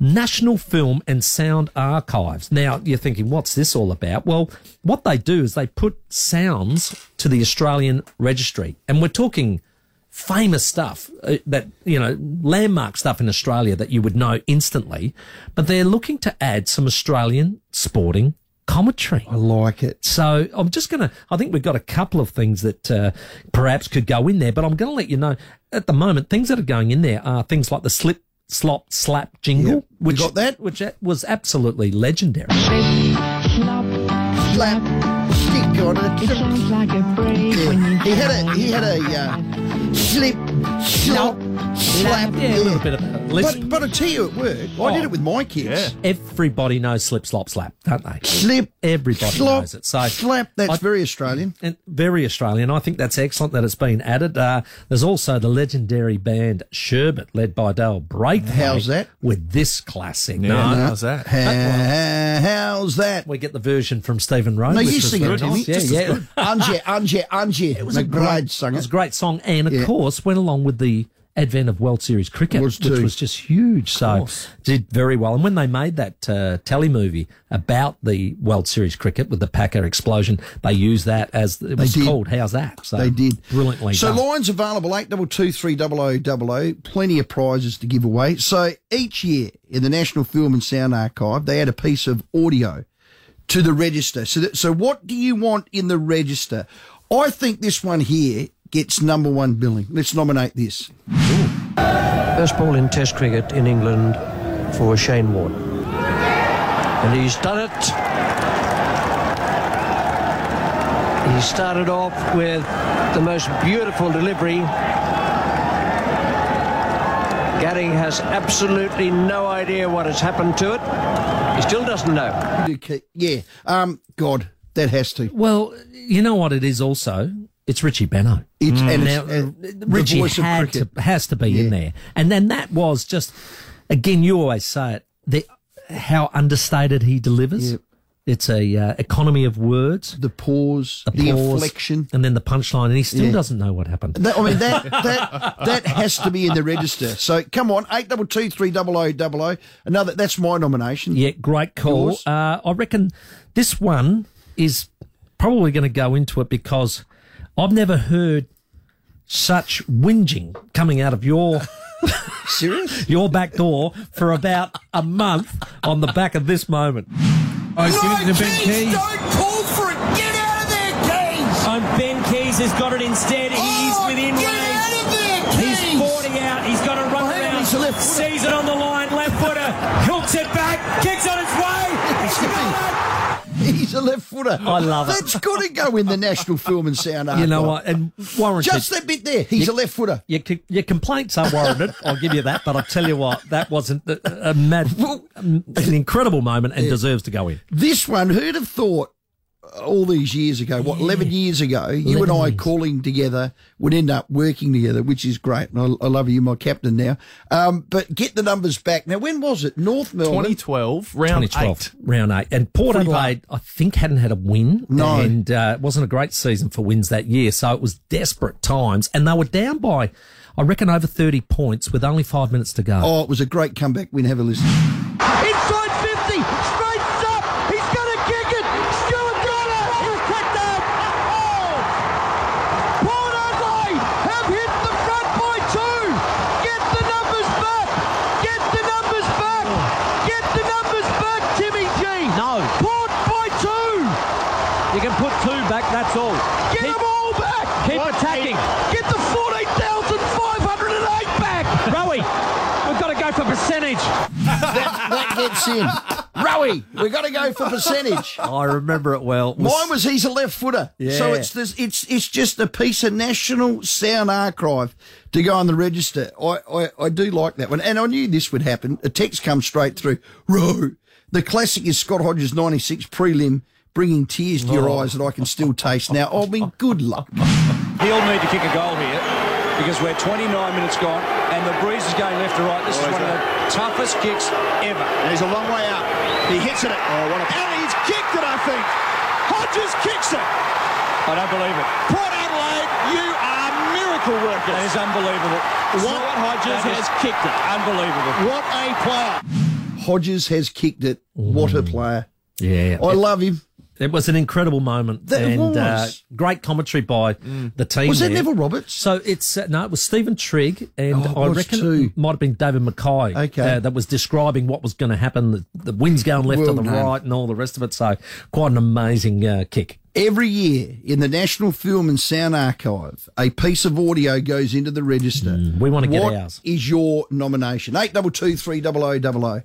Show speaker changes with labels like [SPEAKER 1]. [SPEAKER 1] National Film and Sound Archives. Now, you're thinking, what's this all about? Well, what they do is they put sounds to the Australian Registry. And we're talking famous stuff uh, that, you know, landmark stuff in Australia that you would know instantly. But they're looking to add some Australian sporting commentary.
[SPEAKER 2] I like it.
[SPEAKER 1] So I'm just going to, I think we've got a couple of things that uh, perhaps could go in there, but I'm going to let you know at the moment, things that are going in there are things like the slip, slop, slap jingle,
[SPEAKER 2] Yep. You got that?
[SPEAKER 1] which a- was absolutely legendary.
[SPEAKER 2] Slap, stick on it.
[SPEAKER 3] It sounds like a break when you
[SPEAKER 2] He had a he had a uh, slip, slop, slap.
[SPEAKER 1] Yeah, a little bit of a lisp.
[SPEAKER 2] But but I tell you, it worked. I did it with my kids.
[SPEAKER 1] Everybody knows slip, slop, slap, don't they?
[SPEAKER 2] Slip,
[SPEAKER 1] Everybody
[SPEAKER 2] slop,
[SPEAKER 1] knows it. So
[SPEAKER 2] slap. That's
[SPEAKER 1] I-
[SPEAKER 2] very Australian.
[SPEAKER 1] and very Australian. I think that's excellent that it's been added. Uh, there's also the legendary band Sherbet, led by Dale Braithwaite.
[SPEAKER 2] How's that?
[SPEAKER 1] With this classic.
[SPEAKER 4] Yeah,
[SPEAKER 1] No,
[SPEAKER 4] how's that?
[SPEAKER 2] Ha- How's that?
[SPEAKER 1] we get the version from Stephen Rowe.
[SPEAKER 2] No,
[SPEAKER 1] which
[SPEAKER 2] you
[SPEAKER 1] was
[SPEAKER 2] sing it,
[SPEAKER 1] very
[SPEAKER 2] Timmy.
[SPEAKER 1] nice. Yeah,
[SPEAKER 2] Just
[SPEAKER 1] yeah.
[SPEAKER 2] as good. Angie, Angie, Angie. It was a great
[SPEAKER 1] It
[SPEAKER 2] singer.
[SPEAKER 1] was a great song, and of
[SPEAKER 2] Yeah.
[SPEAKER 1] course went along with the advent of World Series cricket,
[SPEAKER 2] Was
[SPEAKER 1] which
[SPEAKER 2] too.
[SPEAKER 1] was just huge. So did very well. And when they made that uh, telly movie about the World Series cricket with the Packer explosion, they used that as it was
[SPEAKER 2] did.
[SPEAKER 1] called. How's that? So
[SPEAKER 2] They did
[SPEAKER 1] Oh, brilliantly.
[SPEAKER 2] So
[SPEAKER 1] done.
[SPEAKER 2] lines available eight double two three double o double o. Plenty of prizes to give away. So each year in the National Film and Sound Archive, they add a piece of audio to the register. So that, so what do you want in the register? I think this one here gets number one billing. Let's nominate this.
[SPEAKER 5] First ball in Test cricket in England for Shane Warne. And he's done it. He started off with the most beautiful delivery. Gary has absolutely no idea what has happened to it. He still doesn't know.
[SPEAKER 2] Okay, Yeah. Um. God, that has to.
[SPEAKER 1] Well, you know what it is also? It's Richie Benno.
[SPEAKER 2] It's and
[SPEAKER 1] Hmm. Now,
[SPEAKER 2] it's, uh, the
[SPEAKER 1] Richie
[SPEAKER 2] voice of
[SPEAKER 1] had
[SPEAKER 2] cricket.
[SPEAKER 1] to, has to be in there. And then that was just, again, you always say it, the, how understated he delivers. It's a uh, economy of words.
[SPEAKER 2] the pause, the,
[SPEAKER 1] pause,
[SPEAKER 2] inflection.
[SPEAKER 1] And then the punchline, and he still doesn't know what happened.
[SPEAKER 2] That, I mean that that that has to be in the register. So come on, eight double two three double o double o. Another that's my nomination.
[SPEAKER 1] Yeah, great call.
[SPEAKER 2] Yours?
[SPEAKER 1] Uh, I reckon this one is probably going to go into it because I've never heard such whinging coming out of your
[SPEAKER 2] Serious?
[SPEAKER 1] your back door for about a month on the back of this moment.
[SPEAKER 6] Oh, he's giving it to Ben Keys.
[SPEAKER 7] pull for it. Get out of there, Keys. Oh,
[SPEAKER 6] And Oh, Ben Keys has got it instead. He is within range.
[SPEAKER 7] of there,
[SPEAKER 6] He's 40 out. He's got to run
[SPEAKER 2] Oh, hang on,
[SPEAKER 6] around.
[SPEAKER 2] he's a left footer.
[SPEAKER 6] Sees it on the line. Left footer. Hooks it back. Kicks on its way. It's got it.
[SPEAKER 2] He's a left footer. I
[SPEAKER 1] love it.
[SPEAKER 2] That's got to go in the National Film and Sound Archive.
[SPEAKER 1] You know what? And warranted.
[SPEAKER 2] Just that bit there. He's a left footer.
[SPEAKER 1] your, co- your complaints are warranted. I'll give you that. But I'll tell you what, that wasn't a, a mad, an incredible moment and deserves to go in.
[SPEAKER 2] This one, who'd have thought? All these years ago, what eleven years ago, you and I calling together would end up working together, which is great, and I, I love you, my captain now. Um, but get the numbers back now. When was it? North Melbourne.
[SPEAKER 4] 2012, round
[SPEAKER 1] 2012,
[SPEAKER 4] eight.
[SPEAKER 1] round eight. And Port Adelaide, I think, hadn't had a win.
[SPEAKER 2] No.
[SPEAKER 1] And uh, it wasn't a great season for wins that year. So it was desperate times. And they were down by, I reckon, over 30 points with only five minutes to go.
[SPEAKER 2] Oh, it was a great comeback. We have a listen.
[SPEAKER 7] Inside 50. Straights up. He's going to kick it. Stuart got it. He's picked up. Oh. Port Adelaide have hit the front by two. Get the numbers back. Get the numbers back. Get the numbers back, Timmy G.
[SPEAKER 5] No.
[SPEAKER 7] Port by two.
[SPEAKER 5] You can put two back, that's all.
[SPEAKER 7] Get them all back.
[SPEAKER 5] keep attacking.
[SPEAKER 7] Get the 14,508 back.
[SPEAKER 5] Rowie, we've got to go for percentage.
[SPEAKER 2] that gets in. Rowie, we've got to go for percentage.
[SPEAKER 1] I remember it well. It was-
[SPEAKER 2] Mine was he's a left footer. So
[SPEAKER 1] Yeah.
[SPEAKER 2] it's this it's it's just a piece of national sound archive to go on the register. I, I, I do like that one. And I knew this would happen. A text comes straight through. Row. The classic is Scott Hodges ninety six prelim bringing tears to
[SPEAKER 1] Oh.
[SPEAKER 2] your eyes that I can still taste now. I mean good luck.
[SPEAKER 8] He'll need to kick a goal here because we're 29 minutes gone and the breeze is going left to right. This is one of the toughest kicks ever. he's a long way out. He hits it. Oh, what a... And he's kicked it, I think. Hodges kicks it. I don't believe it. Port Adelaide, you are miracle workers. That is unbelievable. What Hodges has kicked it. Unbelievable. What a player.
[SPEAKER 2] Hodges has kicked it. What a player.
[SPEAKER 1] Yeah.
[SPEAKER 2] I love him.
[SPEAKER 1] It was an incredible moment
[SPEAKER 2] That
[SPEAKER 1] and
[SPEAKER 2] was.
[SPEAKER 1] Uh, great commentary by the team.
[SPEAKER 2] Was that
[SPEAKER 1] there.
[SPEAKER 2] Neville Roberts?
[SPEAKER 1] So it's uh, no, it was Stephen Trigg, and
[SPEAKER 2] Oh, it
[SPEAKER 1] I
[SPEAKER 2] was
[SPEAKER 1] reckon
[SPEAKER 2] too.
[SPEAKER 1] it might have been David Mackay
[SPEAKER 2] Okay.
[SPEAKER 1] uh, that was describing what was going to happen. The, the wind's going left
[SPEAKER 2] Well
[SPEAKER 1] to the
[SPEAKER 2] done.
[SPEAKER 1] right, and all the rest of it. So quite an amazing uh, kick.
[SPEAKER 2] Every year in the National Film and Sound Archive, a piece of audio goes into the register.
[SPEAKER 1] Mm, We want to get
[SPEAKER 2] What
[SPEAKER 1] ours.
[SPEAKER 2] is your nomination? Eight double oh. two three double o double o.